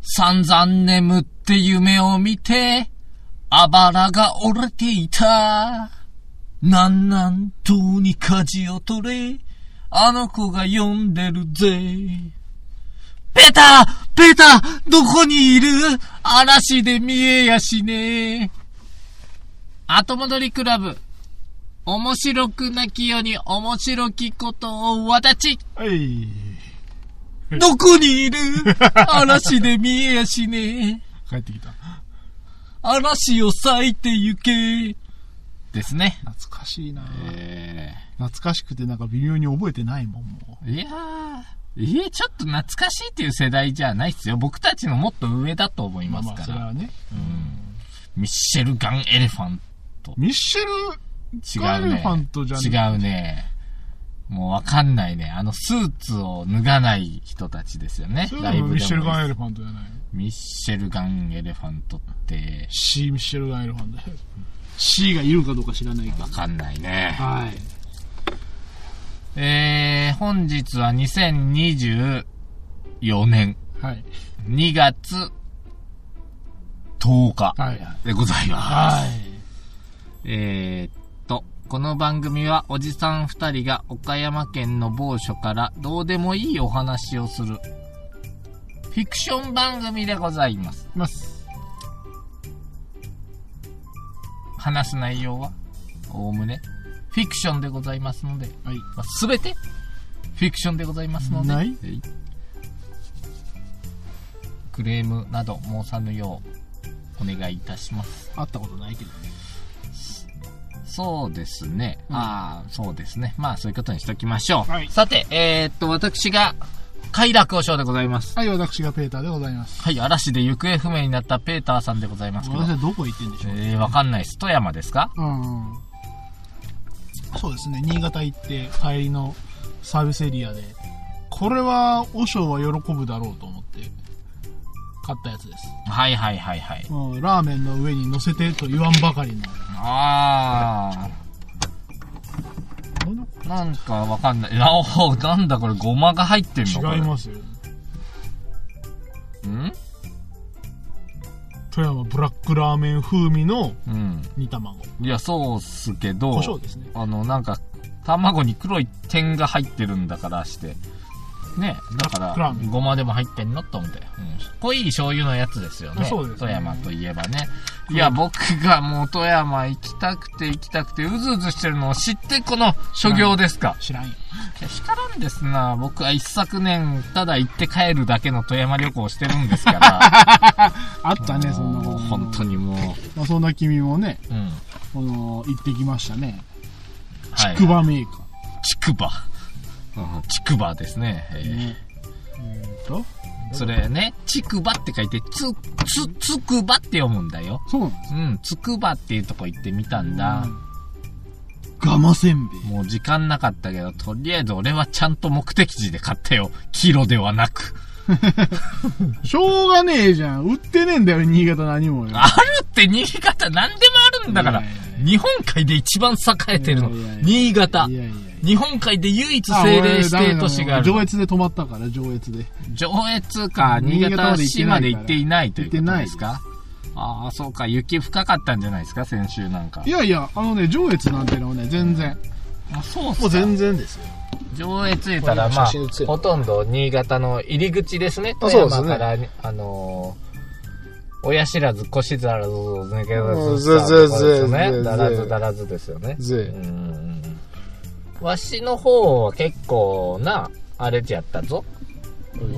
散々眠って夢を見て、あばらが折れていた。なんなんとに舵を取れ、あの子が呼んでるぜ。ペタペタどこにいる嵐で見えやしねえ。後戻りクラブ。面白くなきように面白きことを私。はい。どこにいる嵐で見えやしねえ。帰ってきた。嵐を咲いてゆけ。ですね。懐かしいな、え懐かしくてなんか微妙に覚えてないもん、も。ー、いやー、いえ、ちょっと懐かしいっていう世代じゃないっすよ。僕たちのもっと上だと思いうますあかそれら。はね。ミッシェルガンエレファンミッシェル、違うね。エレファントじゃ違ねうね。もうわかんないね。あの、スーツを脱がない人たちですよねそ。れラでイもブでも。ミッシェルガンエレファントじゃないのミッシェルガンエレファントって、 C ミッシェルガンエレファント。C がいるかどうか知らないかわ。かんないね。はい。えー、本日は2024年はい。 2月10日はい。でございます。はい。えー、っと、この番組はおじさん二人が岡山県の某所からどうでもいいお話をするフィクション番組でございます。います。話す内容はおおむねフィクションでございますので、はい。まあ、全てフィクションでございますので、ないえいクレームなど申さぬようお願いいたします。会ったことないけどね。そうですね。うんああ、そうですね。まあ、そういうことにしときましょう。はいさて、えーっと、私が、快楽和尚でございます。はい、私がペーターでございます。はい、嵐で行方不明になったペーターさんでございますけど私、はどこ行ってんでしょうえー、わかんないです。富山ですかうんうん。そうですね、新潟行って帰りのサービスエリアで、これは、和尚は喜ぶだろうと思って、買ったやつです。はいはいはいはい。うん、ラーメンの上に乗せてと言わんばかりの。ああ、なんかわかんない。あおーなんだこれ、ごまが入ってんの違いますよ。す。ん富山ブラックラーメン風味のうん。煮卵。いや、そうっすけど、胡椒ですね。あの、なんか、卵に黒い点が入ってるんだからして。ねだかラらーメ、ンごまでも入ってんのと思って。うん。濃い醤油のやつですよね。そうです富ね山といえばね。いや、僕がもう富山行きたくて行きたくて、うずうずしてるのを知ってこの所業ですか。知らんよ。いや、光らんですな。僕は一昨年、ただ行って帰るだけの富山旅行をしてるんです から。あったね、そんなこと。本当にもまあ、そんな君もね、う。うん。この、行ってきましたね。はいクバメーカちくば。うんちくばですね。えー。ーね。えーと、それね、ちくばって書いて、つ、つ、つくばって読むんだよ。そうなんでうん、つくばっていうとこ行ってみたんだ。す。ガマせんべい。もう時間なかったけど、とりあえず俺はちゃんと目的地で買ったよ。キロではなく。 しょうがねえじゃん。売ってねえんだよ、新潟何もよ。あるって新潟何でもあるんだからいやいや。日本海で一番栄えてるのいやいやい。や新潟い。やいやいや。日本海で唯一政令指定都市がある上。越で止まったから、上越で。上越か、新新潟潟まで行って市なまいからで行っていないということです行かああ、そうか。雪深かったんじゃないですか先週なんかい。やいや、あのね、上越なんてのはね、全然。あ、そうっもうすか。全然ですよ。上越言ったら、これ今ま写真写っあ、てるほとんど新潟の入り口ですね。あ富そうですね山から、あのー、親知らず、腰知らず、抜けうんず、ずずずずずずずずだらずだらずですよね。ぜうんうんうんわしの方は結構な、あれじゃったぞ。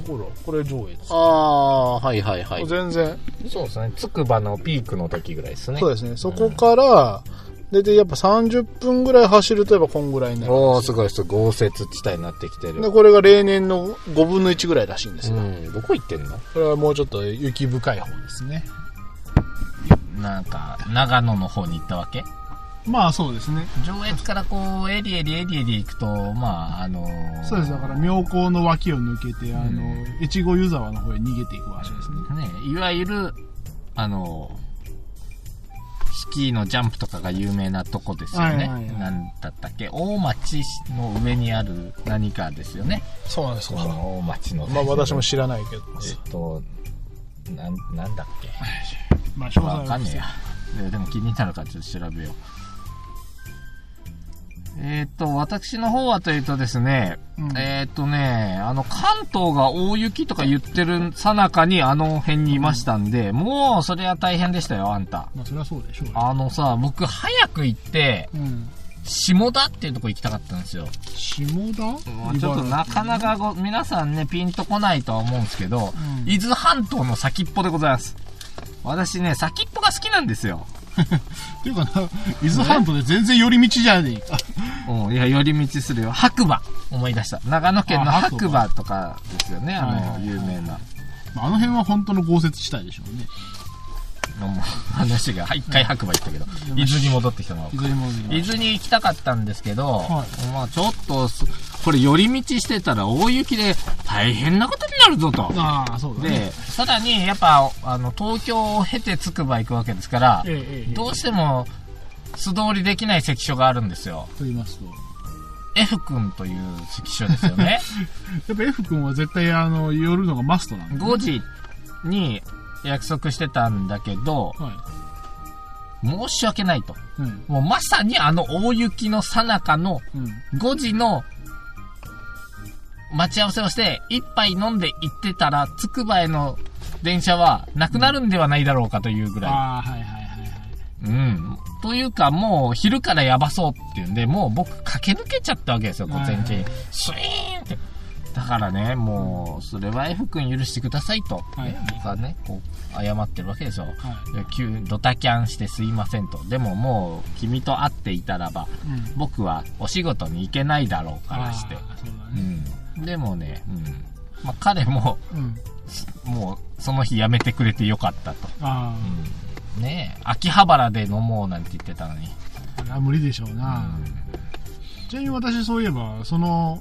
ほら、これ上越。ああ、はいはいは全然。そうですね。つくばのピークの時ぐらいですねそう。ですね。そこから、出てやっぱ30分ぐらい走るとやっぱこんぐらいになる。おおすごいすごい。豪雪地帯になってきてる。で、これが例年の5分の1ぐらいらしいんですうよ。ん、どこ行ってんのこれはもうちょっと雪深い方ですね。なんか、長野の方に行ったわけまあそうですね。上越からこう、エリエリエリエリ行くと、まあ、あのーそうです。だから、妙高の脇を抜けて、あの、越後湯沢の方へ逃げていく場所ですね。ね、いわゆる、あのースキーのジャンプとかが有名なとこですよね。はいはいはいなんだったっけ大町の上にある何かですよね。そうなんですこの大町の。まあ私も知らないけど。えっと、なん、なんだっけまあ、詳細はわかんねえや。えーでも気になるからちょっと調べよう。えーっと、私の方はというとですね、うんえーっとね、あの、関東が大雪とか言ってるさなかにあの辺にいましたんで、もうそれは大変でしたよ、あんた。まあ、それはそうでしょうよ。あのさ、僕早く行って、うん。下田っていうとこ行きたかったんですよ。下田もうちょっとなかなかご、皆さんね、ピンとこないとは思うんですけど、うん伊豆半島の先っぽでございます。私ね、先っぽが好きなんですよ。っていうかな、伊豆半島で全然寄り道じゃねえか。うん、いや、寄り道するよ。白馬、思い出した。長野県のあ白白馬馬とかですよね、あはいはいはの、い有名な。まああの辺は本当の豪雪地帯でしょうね。のも話が、はい一回白馬行ったけど、うん伊豆に戻ってきたの伊。豆に戻り伊ます豆に行きたかったんですけど、はまあちょっとす、これ寄り道してたら大雪で大変なことになるぞと。ああ、そうだね。で、さらに、やっぱ、あの、東京を経てつくば行くわけですからえ、え、ええ、どうしても、素通りできない関所があるんですよ。と言いますと。 F 君という関所ですよね。 やっぱ F 君は絶対、あの、寄るのがマストなんで。 5時に約束してたんだけど、は申し訳ないと。い。うん。もうまさにあの大雪の最中のうん。 5時の待ち合わせをして、一杯飲んで行ってたら、つくばへの電車はなくなるんではないだろうかというぐらい。ああ、はいはいはいはい。うん。というか、もう昼からやばそうっていうんで、もう僕駆け抜けちゃったわけですよ、午前中に。スイーンって。だからね、もう、それは F 君許してくださいと。いね僕はね、こう、謝ってるわけですよ。はい。いや急にドタキャンしてすいませんと。でももう、君と会っていたらば、うん。僕はお仕事に行けないだろうからして。あーそうだね。うん。でもね、うん。まあ、彼も、うん。もう、その日やめてくれてよかったと。あうん。ねえ、秋葉原で飲もうなんて言ってたのに。あ、あ無理でしょうな。ちなみに私そういえば、その、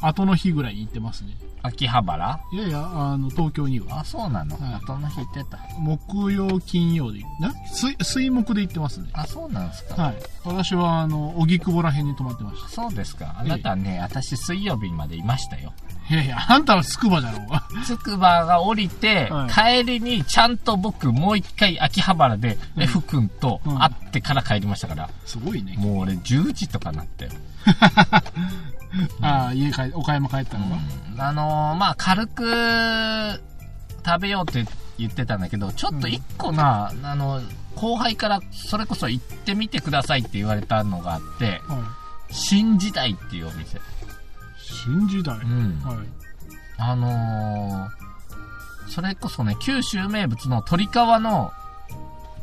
後の日ぐらいに行ってますね。秋葉原いやいや、あの、東京には。あ、そうなの、はい後の日行ってた。木曜、金曜で、な水、水木で行ってますね。あ、そうなんすか、はい。私は、あの、荻窪ら辺に泊まってましそうですか。あなたね、私水曜日までいましたよ。た。いやいや、あんたはつくばじゃろうが。つくばが降りて、は帰りにちゃんと僕もう一回秋葉原でうん F 君と会ってから帰りましたから、 すごいね。もう俺10時とかなったよ。 ああ、家帰、岡山帰ったのが。あのーまあ、軽く食べようって言ってたんだけど、ちょっと一個な、あの、後輩からそれこそ行ってみてくださいって言われたのがあって、はい。新時代っていうお店。新時代。うんはい。あのー、それこそね、九州名物の鶏皮の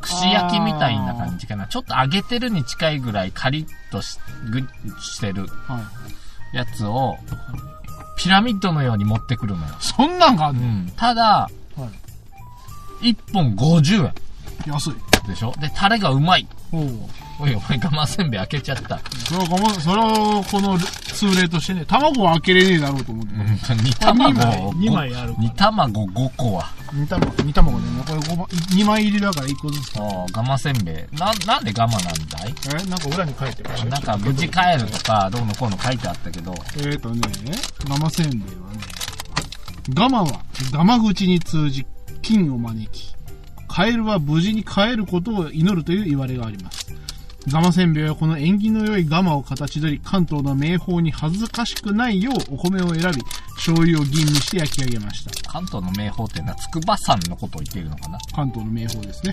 串焼きみたいな感じかな。ちょっと揚げてるに近いぐらいカリッとしぐしてるはい。やつを、ピラミッドのように持ってくるのよ。そんなんがあんうの、ん。ただ、は1本50円い。安い。でしょで、タレがうまい。おお。おいお前我慢せんべい開けちゃった。それはごめん、それをこの通例としてね、卵は開けれねえだろうと思って。煮二卵枚を。二枚あるから煮卵5個は。煮卵、煮卵でね、これごま、2枚入りだから1個ずつ。ああ、我慢せんべい。な、なんで我慢なんだいえなんか裏に書いてましたよなんか無事帰るとか、どうのこうの書いてあったけど、えーとね、生せんべいはね、ガマは、ガマ口に通じ、金を招き、カエルは無事に帰ることを祈るという言われがあります。ガマせんべいはこの縁起の良いガマを形取り、関東の名宝に恥ずかしくないようお米を選び、醤油を吟味して焼き上げました。関東の名宝っていうのは筑波山のことを言っているのかな関東の名宝ですね。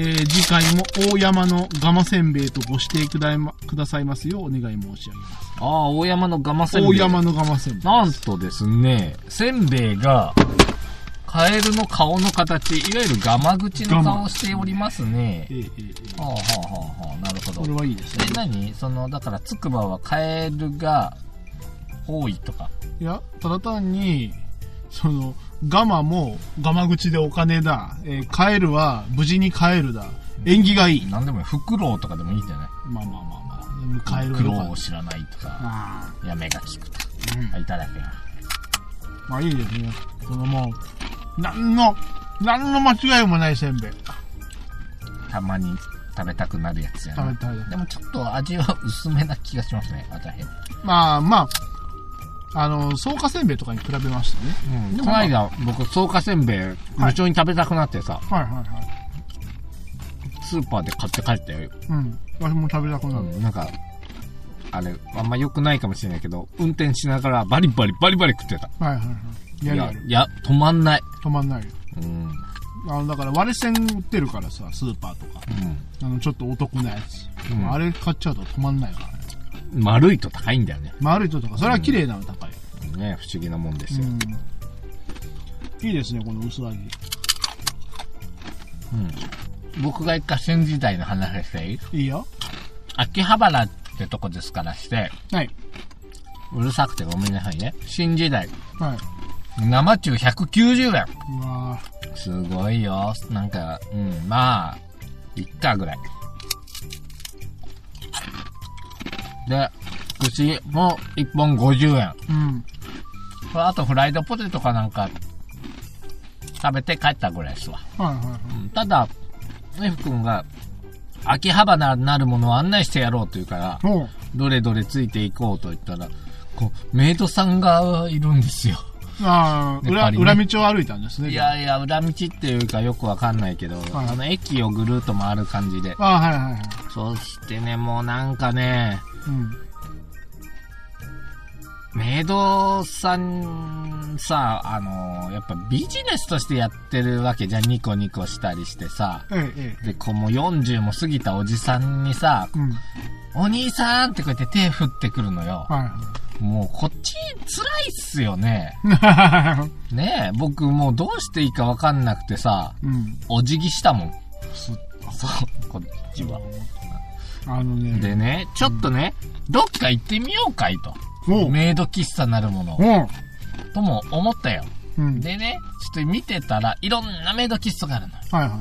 えー次回も大山のガマせんべいとご指定くだいまくださいますようお願い申し上げます。ああ、大山のガマせんべい。大山のガマせんべい。なんとですね、せんべいが、カエルの顔の形、いわゆるガマ口の顔をしておりますねえ。ーえーえーはあはあはあはあ、なるほど。これえ、はいいですね。何その、だから、つくばはカエルが多いとか。いや、ただ単に、その、ガマも、ガマ口でお金だ。えー帰るは、無事に帰るだ。縁起がいい。なんでもいい。フクロウとかでもいいんじゃないまあまあまあまあ。帰る苦は労よをかっ知らないとたか、あやめが利くとか。あ、うんあいただけよ。まあいいですね。そのもう、なんの、なんの間違いもないせんべい。たまに食べたくなるやつやな食べたいですでもちょっと味は薄めな気がしますね、私。まあまあ、あの、草加せんべいとかに比べましたね。うん、この間、僕、草加せんべい、無性に食べたくなってさ、はいはいはい。スーパーで買って帰ったよ。うん。私も食べたくなる。なんか、あれ、あんま良くないかもしれないけど、運転しながらバリバリバリバリ食ってた。はいはいはい。いやるややる。、いや、止まんない。止まんないよ。うん。うん。あの、だから割れ線売ってるからさ、スーパーとか。あの、ちょっとお得なやつ。うんあれ買っちゃうと止まんないからね。丸いと高いんだよね。丸いととか、それは綺麗なの高い。ね不思議なもんですうよ。ん。いいですね、この薄揚げ。僕が一回新時代の話していいいいよ。秋葉原ってとこですからして、はい。うるさくてごめんなさいね。新時代。はい。生中190円。うわぁすごいよ。なんか、うん、まあ、いっかぐらい。で、串も1本50円。うん。これあとフライドポテトかなんか、食べて帰ったぐらいですわ。はいはいはい。ただ、F 君が、秋葉原なるものを案内してやろうというから、おうどれどれついていこうと言ったら、こう、メイドさんがいるんですよ。ああ、やっ裏、ぱりね裏道を歩いたんですね。いやいや、裏道っていうかよくわかんないけど、いあの、駅をぐるっと回る感じで。ああ、はいはいはい。そしてね、もうなんかね、うん。メイドさん、さ、あの、やっぱビジネスとしてやってるわけじゃん、ニコニコしたりしてさ。ええ、えで、こうもう40も過ぎたおじさんにさ、え。うん。はいお兄さんってこうやって手振ってくるのよ。はもうこっち辛いっすよね。 い。ねえ、僕もうどうしていいかわかんなくてさ、うん。お辞儀したもん。すそう、こっちは。あのね。でね、ちょっとね、どっか行ってみようかいと。おう。メイド喫茶なるもの、おう。とも思ったよ。うん。でね、ちょっと見てたら、いろんなメイド喫茶があるのよ。はいはいはい。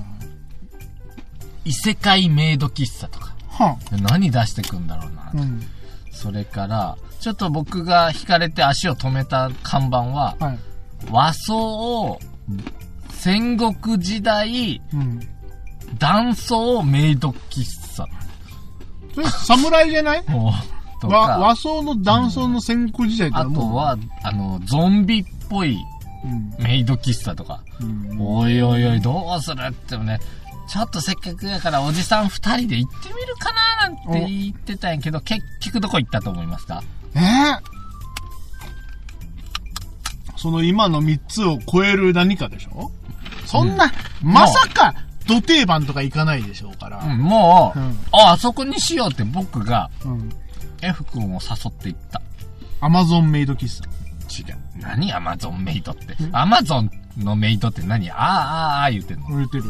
異世界メイド喫茶とか。はで何出してくんだろうな。あ。うん。それから、ちょっと僕が惹かれて足を止めた看板は、はい。和装を、戦国時代、うん。男装メイド喫茶。それ、侍じゃないもう、と和か、和装の男装の戦国時代ってあともう。は、あの、ゾンビっぽいうん。メイド喫茶とか。うん。おいおいおい、どうするってもね、ちょっとせっかくやからおじさん二人で行ってみるかななんて言ってたんやけど、結局どこ行ったと思いますかええその今の3つを超える何かでしょそんな、まさか、土定番とかいかないでしょうかうら。ん、もう、うんあ、あそこにしようって僕がうん。 F 君を誘って行った。アマゾンメイド喫茶。違う。何アマゾンメイドって。アマゾンのメイドって何あーあーあー言ってんの。売れてる。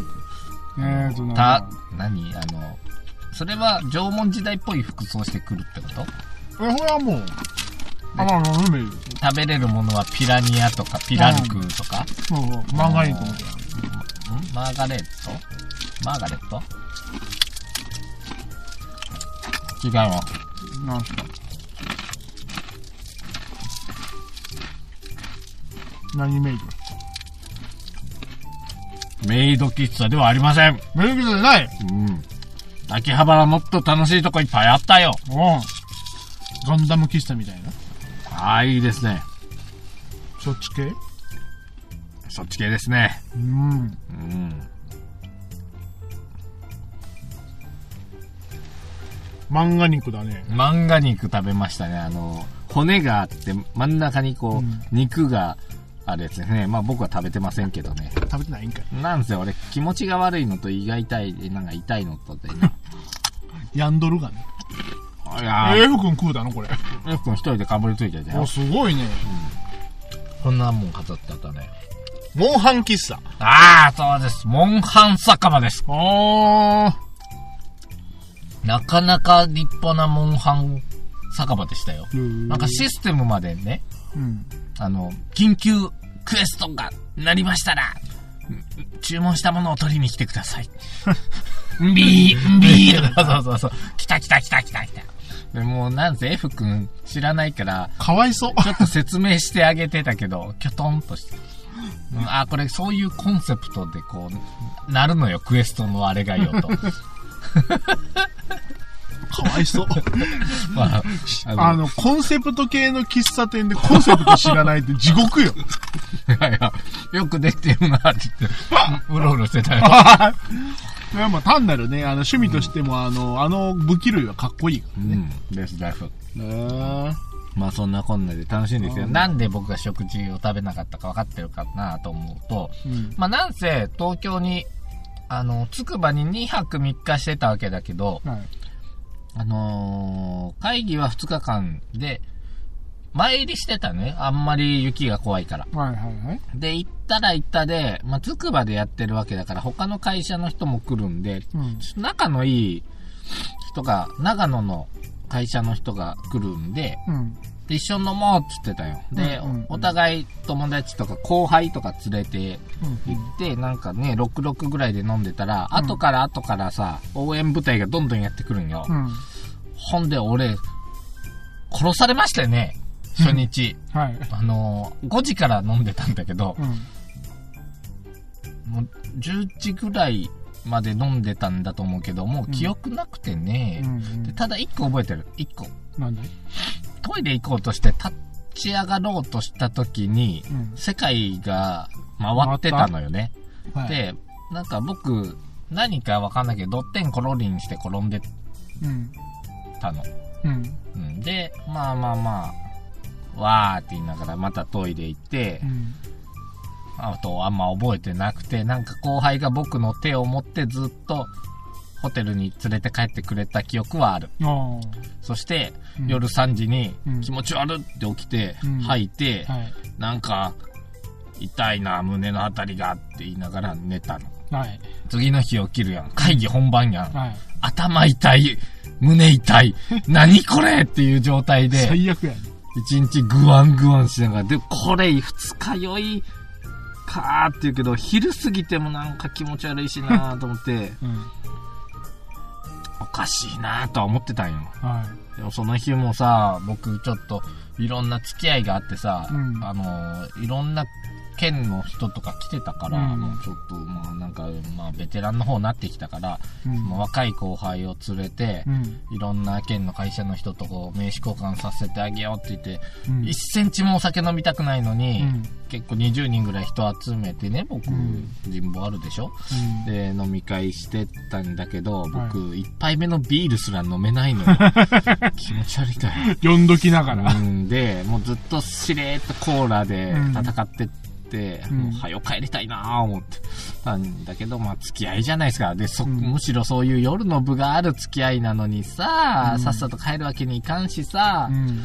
えーと、なんたか、何あの、それは縄文時代っぽい服装してくるってことえ、これはもう、アマゾンのメイド食べれるものはピラニアとかピラルクとか、そうそう、漫画にと思って。んマーガレットマーガレット違うわ。なんすか。何メイドメイド喫茶ではありません。メイド喫茶じゃないうん。秋葉原もっと楽しいとこいっぱいあったよ。おうガンダム喫茶みたいな。ああ、いいですね。そっち系そっち系ですね。うん。うん。漫画肉だね。漫画肉食べましたね。あの、骨があって、真ん中にこう、うん肉があるやつですね。まあ僕は食べてませんけどね。食べてないんかい。なんせ俺、気持ちが悪いのと胃が痛い、なんか痛いのとで ね。ヤンドルがね。いやえー、ふくん食うだのこれ。よくん一人でかぶりついてたお、よ。すごいね。こんなもん飾ってあったね。モンハン喫茶。ああ、そうです。モンハン酒場です。あー。なかなか立派なモンハン酒場でしたよ。ななんか、システムまでね、うん。あの、緊急クエストがなりましたら、ん注文したものを取りに来てくださ い。ビー、ビール。そうそうそう。来た来た来た来た来た。でもうなんせ F 君知らないから、かわいそう。ちょっと説明してあげてたけど、 キョトンとして。うんあ、これそういうコンセプトで こう、なるのよ、クエストのあれがよと。かわいそう。まあ、あの あの、コンセプト系の喫茶店でコンセプト知らないって地獄よ。いやいや、よくできてるなって言って、うろうろしてたよ。 いやまあ単なるね、あの趣味としても、あの、あの武器類はかっこいいかうん、レスライフ。らね。まあそんなこんなで楽しいんですよ。なんで僕が食事を食べなかったか分かってるかなと思うと、うん。まあなんせ東京に、あの、つくばに2泊3日してたわけだけど、はい。あのー会議は2日間で、前入りしてたね。あんまり雪が怖いから。はいはいはい。で、行ったら行ったで、まあ、つくばでやってるわけだから、他の会社の人も来るんで、うん。仲のいい人が、長野の会社の人が来るんで、うん。一緒に飲もうっつってたよ。で、うんうんうんおお互い友達とか後輩とか連れてう行って、なんかね、66ぐらいで飲んでたら、後から後からさ、応援部隊がどんどんやってくるんよ。ん。うん。ほんで、俺、殺されましたよね、初日。はい。あのー、5時から飲んでたんだけど、うもう10時ぐらいまで飲んでたんだと思うけど、もう記憶なくてね、ん。でただ1個覚えてる、1個。なんでトイレ行こうとして立ち上がろうとした時に、うん。世界が回ってたのよね。はい、で、なんか僕、何かわかんないけど、ドッテンコロリンして転んでうん。たの。うん。うん、で、まあまあまあ、わーって言いながらまたトイレ行ってう、ん。あとあんま覚えてなくて、なんか後輩が僕の手を持ってずっとホテルに連れて帰ってくれた記憶はある。あそして、うん夜3時にうん気持ち悪って起きて、うん吐いてあ。、はい。なんか、痛いな、胸のあたりがって言いながら寝たの。はい。次の日起きるやん。会議本番やん。はい。頭痛い、胸痛 い、何これっていう状態で。最悪やね。一日グワングワンしながら、で、これ二日酔いかーって言うけど、昼過ぎてもなんか気持ち悪いしなーと思って、うん。 おかしいなーとは思ってたんよ。はでもその日もさ、僕ちょっといろんな付き合いがあってさ、うんあのーいろんな県の人とか来てたから、うんもうちょっと、まあなんか、まあベテランの方になってきたから、い。うん。まあ若い後輩を連れて、うん。いろんな県の会社の人とこう名刺交換させてあげようって言って、うん1センチもお酒飲みたくないのに、うん結構20人ぐらい人集めてね、僕、うん人望あるでしょうんで、飲み会してたんだけど、はい僕、一杯目のビールすら飲めない のよ。気持ち悪いから。読んどきながうら。んで、もうずっとしれーっとコーラで戦ってって、うんもう早く帰りたいなぁ思ってたんだけど、まあ付き合いじゃないですか。で、そ、うんむしろそういう夜の部がある付き合いなのにさ、うんさっさと帰るわけにいかんしさ、うん。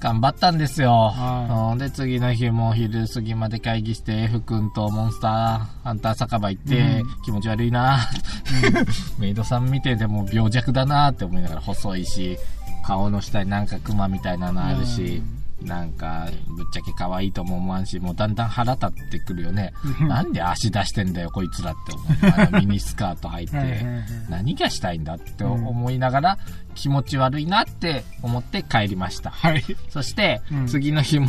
頑張ったんですよ。はうんで、次の日も昼過ぎまで会議して、F 君とモンスターハンター酒場行って、うん気持ち悪いなぁ メイドさん見てでも病弱だなぁって思いながら細いし、顔の下になんかクマみたいなのあるし、なんか、ぶっちゃけ可愛いとも思わんし、もうだんだん腹立ってくるよね。なんで足出してんだよ、こいつらって思う。 あのミニスカート履いて。はいはいはい何がしたいんだって思いながら、気持ち悪いなって思って帰りました。はい。そして、うん次の日も、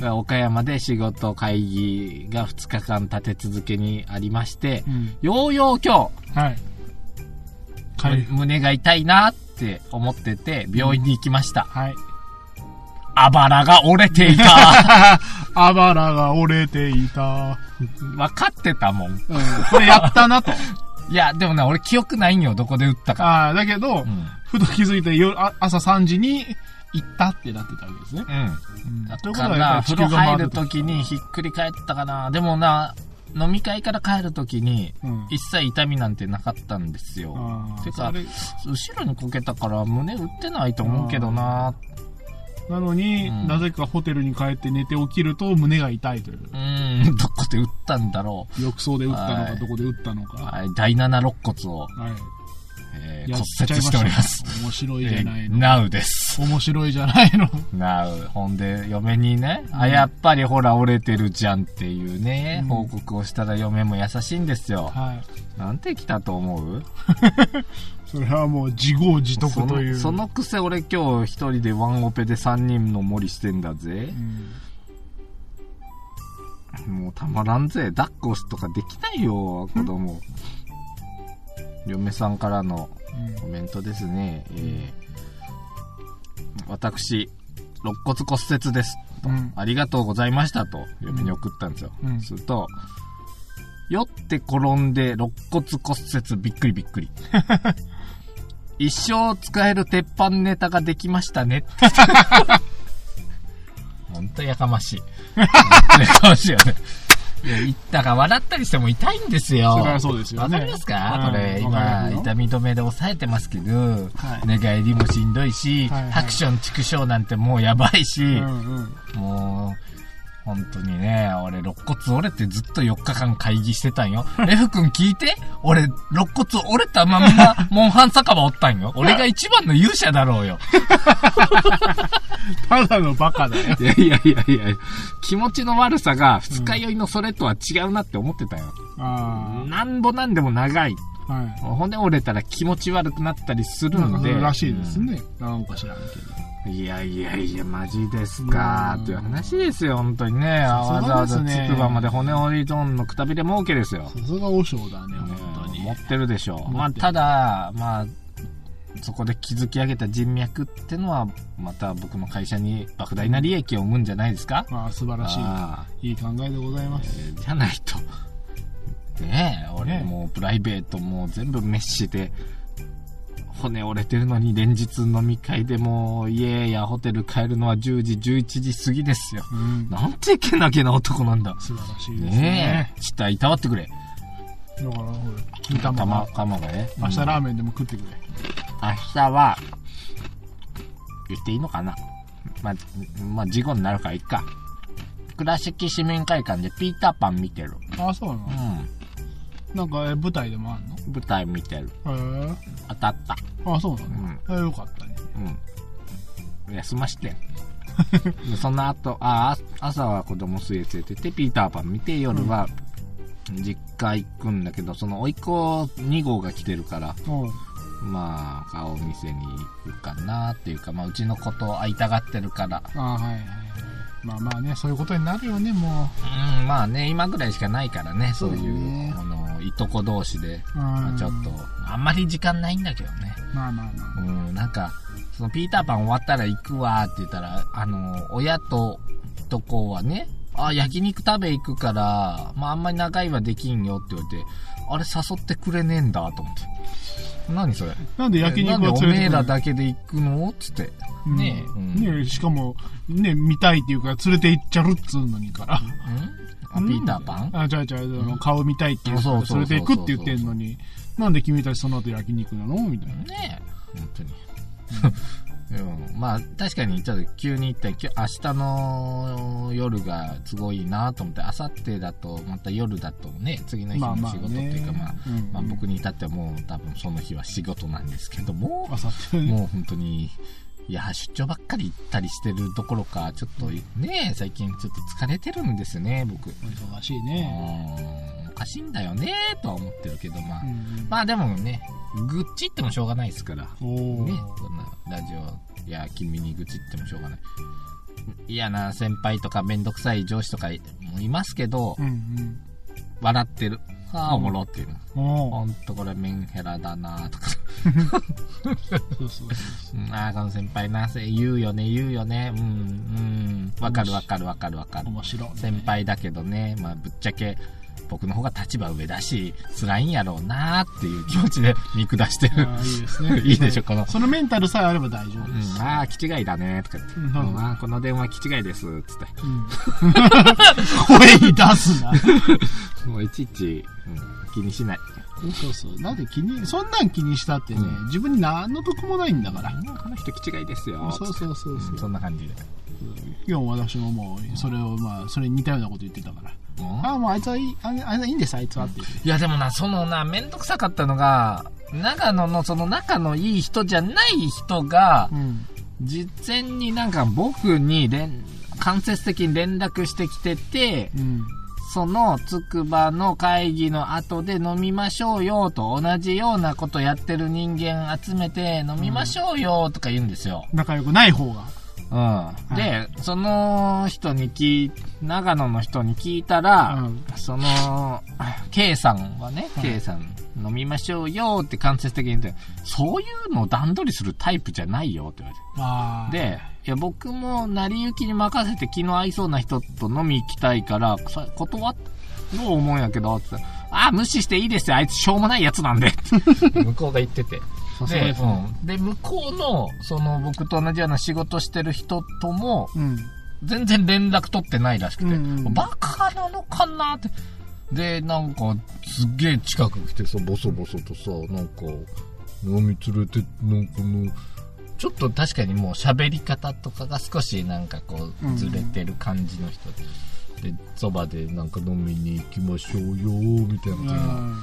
う 岡山で仕事会議が2日間立て続けにありましてう、ん。ようよう今はい。日、回復。胸が痛いなって思ってて、病院に行きました。はい。 あばらが折れていた。あばらが折れていた。分かってたもん。うん。これやったな と。いや、でもな、俺記憶ないんよ、どこで打ったか。ああ、だけうど、ん。ふと気づいて夜、あ朝3時に行ったってなってたわけですね。うん。うんだというこかとはやら、っぱ風呂り地球が回入ってる時にひっくり返ったかな。でもな、飲み会から帰る時に、うん一切痛みなんてなかったんですよ。あーてかそれ後ろにこけたから胸打ってないと思うけどななのに、うんなぜかホテルに帰って寝て起きると胸が痛いという。うーん、どこで打ったんだろ浴槽で打ったのはか、いどこで打ったのか。う。ははい、第七肋骨を、い。えーやっち骨ゃ折いまししてたおねります。面白えいじゃないー、の。なうです。面白いじゃないの。なう。ほんで、嫁にね、あ、やっぱりほら折れてるじゃんっていうね、うん報告をしたら嫁も優しいんですよ。はい。なんて来たと思うそれはもう自業自得そという。のそのくせ俺今日一人でワンオペで3人の森してんだぜう。んもうたまらんぜ。抱っこしとかできないよ、子供。嫁さんからのうんコメントですね。えー私、肋骨骨折です。うんありがとうございましたと、嫁に送ったんですよ。うんすると、酔って転んで肋骨骨折びっくりびっ くり。一生使える鉄板ネタができました ね。ほんとやかま しい。ほんとやかましいよね。いや、言ったか笑ったりしても痛いんですよ。それはそうですよわね。かりますか、うんこれ、わか今、るよ痛み止めで抑えてますけど、い寝返りもしんどいし、はいはいハクション、畜生なんてもうやばいし、うんうん。もう、本当にね、俺、肋骨折れてずっと4日間会議してたんよ。 レフ君聞いて俺、肋骨折れたまんま、モンハン酒場お ったんよ。俺が一番の勇者だろうよ。ただのバカだ よ。いやいやいやいや、気持ちの悪さが、二日酔いのそれとは違うなって思ってたよ。あなんぼなんでも長い。あ。はい。骨折れたら気持ち悪くなったりするなんんかそで。れらしいですね。なんか知らんけど。いやいやいや、マジですかうーんという話ですよ、本当にね。すがわざわざですねつくばまで骨折りゾーンのくたびれ儲けですよ。ねさすが和尚だね、本当に。持ってるでしょう。持まっあ、てるただ、まあ、そこで築き上げた人脈ってのは、また僕の会社に莫大な利益を生むんじゃないですかああ、素晴らしあい。いい考えでございまーす。えーじゃないと。ねえ、俺ねもうプライベートもう全部メッシで、骨折れてるのに連日飲み会でもう家やホテル帰るのは10時、11時過ぎですよ。うん。なんていけなげな男なんだ。素晴らしいですねね。え。ちょっといたわってくれ。だから、ほら、煮たま卵。、卵ね。明日ラーメンでも食ってくれ。明日は、言っていいのかなまあ、まあ、事故になるからいっか。倉敷市民会館でピーターパン見てる。ああ、そうなのうなんか、え舞台でもあんのん。舞台見てる。へ当たった。え。ああ、そうなのえ、よかったね。うん。休まして。でその後、ああ、朝は子供水泳連れてって、ピーターパン見て、夜は実家行くんだけど、その甥っ子2号が来てるから、おうまあ、顔見せに行くかなっていうか、まあ、うちの子と会いたがってるから。ああ、はいはいはい。まあまあね、そういうことになるよね、もうん、まあね、今ぐらいしかないからね、そういそうだねう、この、いとこ同士で、う。まうあん。ちょっと、あんまり時間ないんだけどね。まあまあまあ。うん、なんか、そのピーターパン終わったら行くわって言ったら、あの、親と、とこはね、あ、焼肉食べ行くから、まああんまり長いはできんよって言われて、あれ誘ってくれねえんだと思って。何それなんで焼肉なんでをお連れめてえくらるだけで行くのつって。うんねえうんねえしかも、ねえ見たいっていうから連れて行っちゃるっつうのにから。あ、ピーターパンあ、じゃあじゃあ、あの顔見たいっていうからそうそうそう連れて行くって言ってんのに、なんで君たちその後焼肉なのみたいな。ねえ、本当に。うん、まあ確かにちょっと急に行ったりきゅ明日の夜が都合いいなと思って明後日だとまた夜だと ね次の日まあまのあ仕事ねっていうかまあ,、まあうん僕に至ってはもう多分その日は仕事なんですけども あさってね。もう本当にいや出張ばっかり行ったりしてるどころかちょっとね最近ちょっと疲れてるんですね僕、お忙しいうね。んおかしいんだよねとは思ってるけどまあ、うんまあでもね愚痴ってもしょうがないですからおねー、こんなラジオや君に愚痴ってもしょうがない嫌な先輩とかめんどくさい上司とかもいますけど、うん笑ってるああおもろっていうの、うん。おほーんとこれメンヘラだなとかそうそうそうそうんああこの先輩なせ言うよね言うよねうんうんわかるわかるわかるわかう。る面白いね。先輩だけどね、まあ、ぶっちゃけ僕の方が立場上だし辛いんやろうなっていう気持ちで見下してるあー。いいですね 。いいでしょこのそのメンタルさえあれば大丈夫です。うん、ああ、気違いだね、とか言って。ううんん、あーこの電話気違いです、つって。うん声に出すな。もういちいち、うん、気にしない。そうそう。なんで気に、そんなん気にしたってね、うん自分に何の得もないんだから。うんこの人気違いですよ。。そうそうそうそううんそんな感じで。今日私ももう、それをまあ、それに似たようなこと言ってたから。うんああ、もうあいつはいい、ああいつはいいんです、あいつはって言って。いや、でもな、そのな、めんどくさかったのが、長野のその仲のいい人じゃない人が、うん。事前になんか僕に連、間接的に連絡してきてて、うん。そのつくばの会議の後で飲みましょうよと同じようなことやってる人間集めて飲みましょうよとか言うんですよ。仲良くない方が。うん。で、その人に聞い、長野の人に聞いたら、うんその、K さんはね、K さん飲みましょうよって間接的に言って、そういうのを段取りするタイプじゃないよって言われあーて。で、いや僕も成り行きに任せて気の合いそうな人と飲み行きたいから、さ断ろう思うんやけど、って言ったらあ、無視していいですよ、あいつしょうもないやつなんで。って 向こうが言ってて。そうで,、ですね。で向こうのその僕と同じような仕事してる人ともうん。全然連絡取ってないらしくて、うんうんバカなのかなってでなんかすっげえ近く来てさボソボソとさなんか飲み連れてなんかのちょっと確かにもう喋り方とかが少しなんかこうんうずれてる感じの人、でそばでなんか飲みに行きましょうよみたいな感じで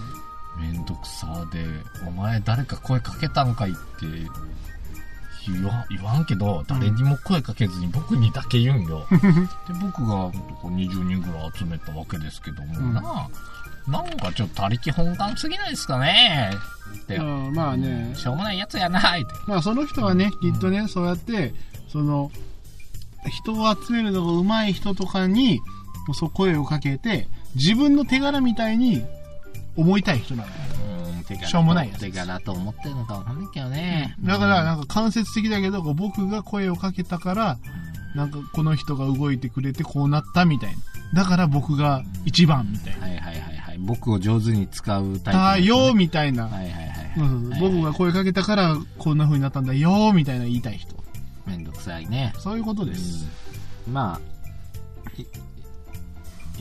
めんどくさで、お前誰か声かけたんかいって言わ言わんけど、誰にも声かけずに僕にだけ言うんよ。で、僕がこう20人ぐらい集めたわけですけども、うんなあ、なんかちょっと他力本願すぎないですかねって。うんまあね、しょうもないやつやな、って。まあその人はね、きっとね、そうやって、その、人を集めるのが上手い人とかに、もうそう声をかけて、自分の手柄みたいに思いたい人なんだよ。うん、手柄しょうもないやつ手柄と思ってるのかわかんないけどね。だから、なんか間接的だけど、こう僕が声をかけたから、なんかこの人が動いてくれてこうなったみたいな。だから僕が一番みたいはな。いはいはいはい。僕を上手に使うタイプのだ人ね。よーみたいな。はいはいはい。そうそう僕が声かけたからこんな風になったんだよーみたいな言いたい人。めんどくさいね。そういうことです。うんまあい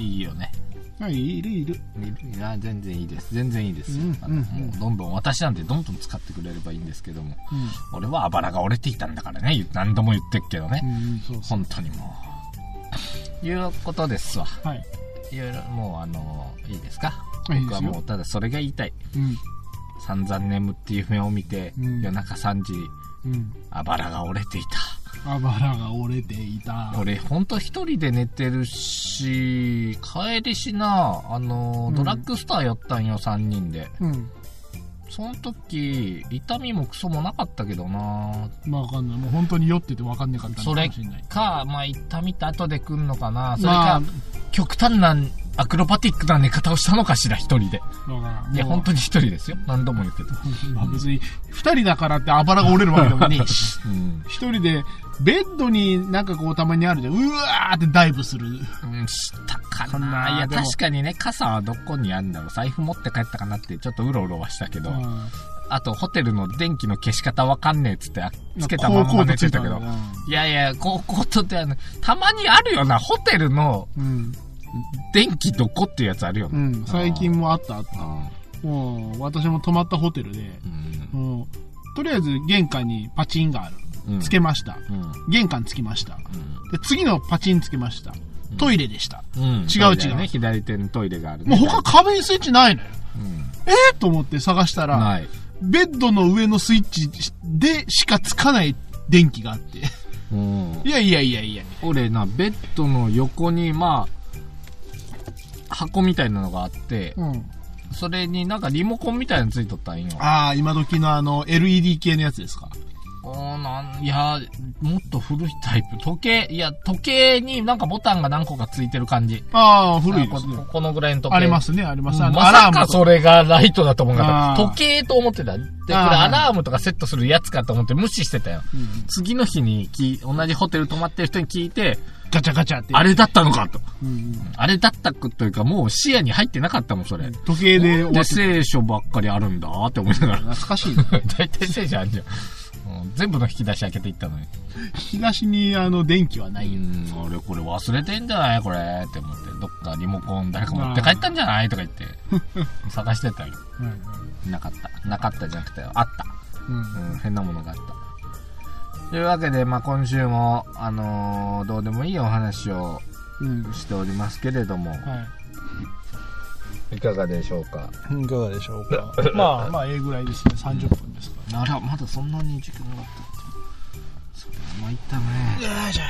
いいよねまあいるいる。いや全然いいです全然いいです、うんあうんのもうどんどん私なんてどんどん使ってくれればいいんですけどもうん俺はあばらが折れていたんだからね何度も言ってるけどね、うん、そうそ本当にもういうことですわう。はい。いろいろもうあのいいですかいい僕ではすもよ。うただそれが言いたいうん。散々眠っていう夢を見て、うん夜中3時うん。あばらが折れていたあばらが折れていた。俺ほんと一人で寝てるし帰りしなあの、うんドラッグストアやったんよ3人でうん。その時痛みもクソもなかったけどなまあわかんない。もう本当に酔っててわかんなかったのそかれもしれない。かまあ痛みって後で来んのかなそれか、まあ、わ極端なアクロバティックな寝方をしたのかしら一人でからん。いやもう本当に一人ですよ何度も言ってたまあ別に、二人だからってあばらが折れるわけでもねえし。うん、一人で、ベッドになんかこうたまにあるじゃん。うわーってダイブする。うん、したかそんなないやでも確かにね傘はどこにあるんだろう財布持って帰ったかなってちょっとうろうろはしたけど、うんあと、ホテルの電気の消し方わかんねえっつって、あつけたまま寝てたけど。いやいや、高校とってあの、たまにあるよな、ホテルのうん。電気どこっていうやつあるような。ん。最近もあったあっうた。ん。もう、私も泊まったホテルで、うん。もう、とりあえず玄関にパチンがある。うんつけました。うん。玄関つきました。うで、次のパチンつけました。トイレでした。ん。違うトイレ違うね、左手のトイレがあるね。もう他壁にスイッチないのよ。うんえー、と思って探したら、ない。ベッドの上のスイッチでしかつかない電気があ って。うんい。やいやいやいや。俺な、ベッドの横に、まあ、箱みたいなのがあって、うん。それになんかリモコンみたいなのついとったんよ。ああ、今時のあの、LED 系のやつですか。おーなんいやもっと古いタイプ時計いや時計になんかボタンが何個かついてる感じああ、古いでこすねこ。このぐらいの時計ありますね、ありうまんす。あまのさかとかそれがライトだと思うんかあっーた時計と思ってたでこれあーアラームとかセットするやつかと思って無視してたようん次の日にき同じホテル泊まってる人に聞いてガチャガチャって。あれだったのかとうんうんあれだったというかもう視野に入ってなかったもんそれ、時計で終わでって聖書ばっかりあるんだって思いながら懐かしいな。 大体聖書あるじゃんうん全部の引き出し開けていったのに東にあの、電気はないよ。うん俺これ忘れてんじゃないこれって思ってどっかリモコン誰か持って帰ったんじゃないとか言って 探してたようんなかったなかったじゃなくてあった、うんうん、変なものがあったというわけで、まあ、今週も、あのーどうでもいいお話をうん。しておりますけれども、いかがでしょうかい。いかがでしょうか。まあまあ、ええぐらいですね。30分ですかあら、まだそんなに時間があったそれは参ったね。ら。よいしょ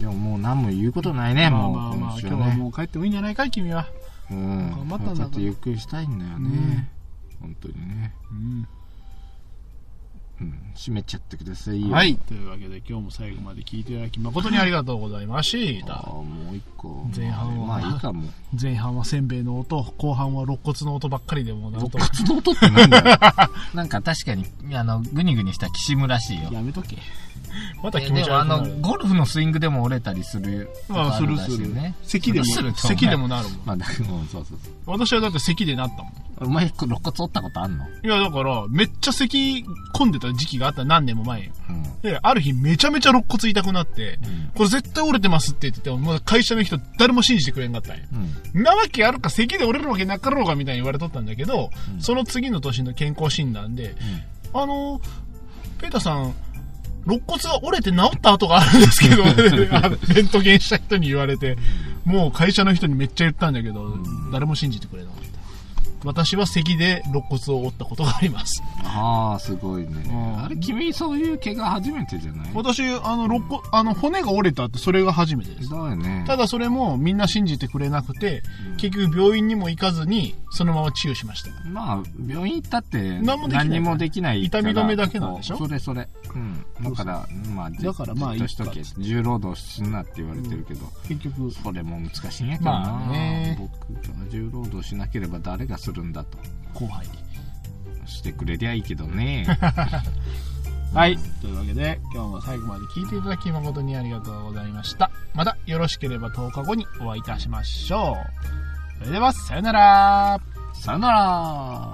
でももう何も言うことないね、まあもうまあまあ、今週今は日ねはもう帰ってもいいんじゃないかい、君は。うん頑張ったんだからちょっとゆっくりしたいんだよね、本当にねうん。うん閉めちゃってくださいよ。はい。というわけで、今日も最後まで聞いていただき誠にありがとうございましあた。あ、もう一個。前半はまあいいか も。前半はせんべいの音、後半は肋骨の音ばっかりでもうなんと。活動とってなん だよ。なんか確かに、あの、グニグニしたきしむらしいよ。やめとけ。 またえ気持でちもあ悪くなのる。ゴルフのスイングでも折れたりすることまあ、するるらしいすよるね。。咳でもする、とね咳でもなるもん。まあだからもうそうそうそう。私はだって咳でなったもん。お前、肋骨折ったことあんのいや、だから、めっちゃ咳込んでた時期があった何年も前。うん。で、ある日めちゃめちゃ肋骨痛くなって、これ絶対折れてますって言ってても、もう会社の人誰も信じてくれんかったんや。うん。んなわけあるか、咳で折れるわけなかろうがみたいに言われとったんだけど、その次の年の健康診断で、あのー、ペーターさん、肋骨が折れて治った跡があるんですけど、あのレントゲンした人に言われて、もう会社の人にめっちゃ言ったんだけど、誰も信じてくれなかった。私は咳で肋骨を折ったことがあります。ああ、すごいね。んあれ、君、そういう怪我初めてじゃない私、あの、肋骨、あの、骨が折れたって、それが初めてです。だよね。ただそれもみんな信じてくれなくて、結局病院にも行かずに、そのまま治癒しました。まあ、病院行ったって、何もできない何にもできないから。痛み止めだけなんでしょそうそれそれ。うん。だから、まあ、じだからまあじっとしとけ。重労働すんなって言われてるけど、結局、それも難しいんやけどな。まあね僕が重労働しなければ誰がするんだと。後輩。してくれりゃいいけどね。はい。というわけで、今日も最後まで聞いていただき誠にありがとうございました。また、よろしければ10日 後にお会いいたしましょう。それでは、さよなら。さよなら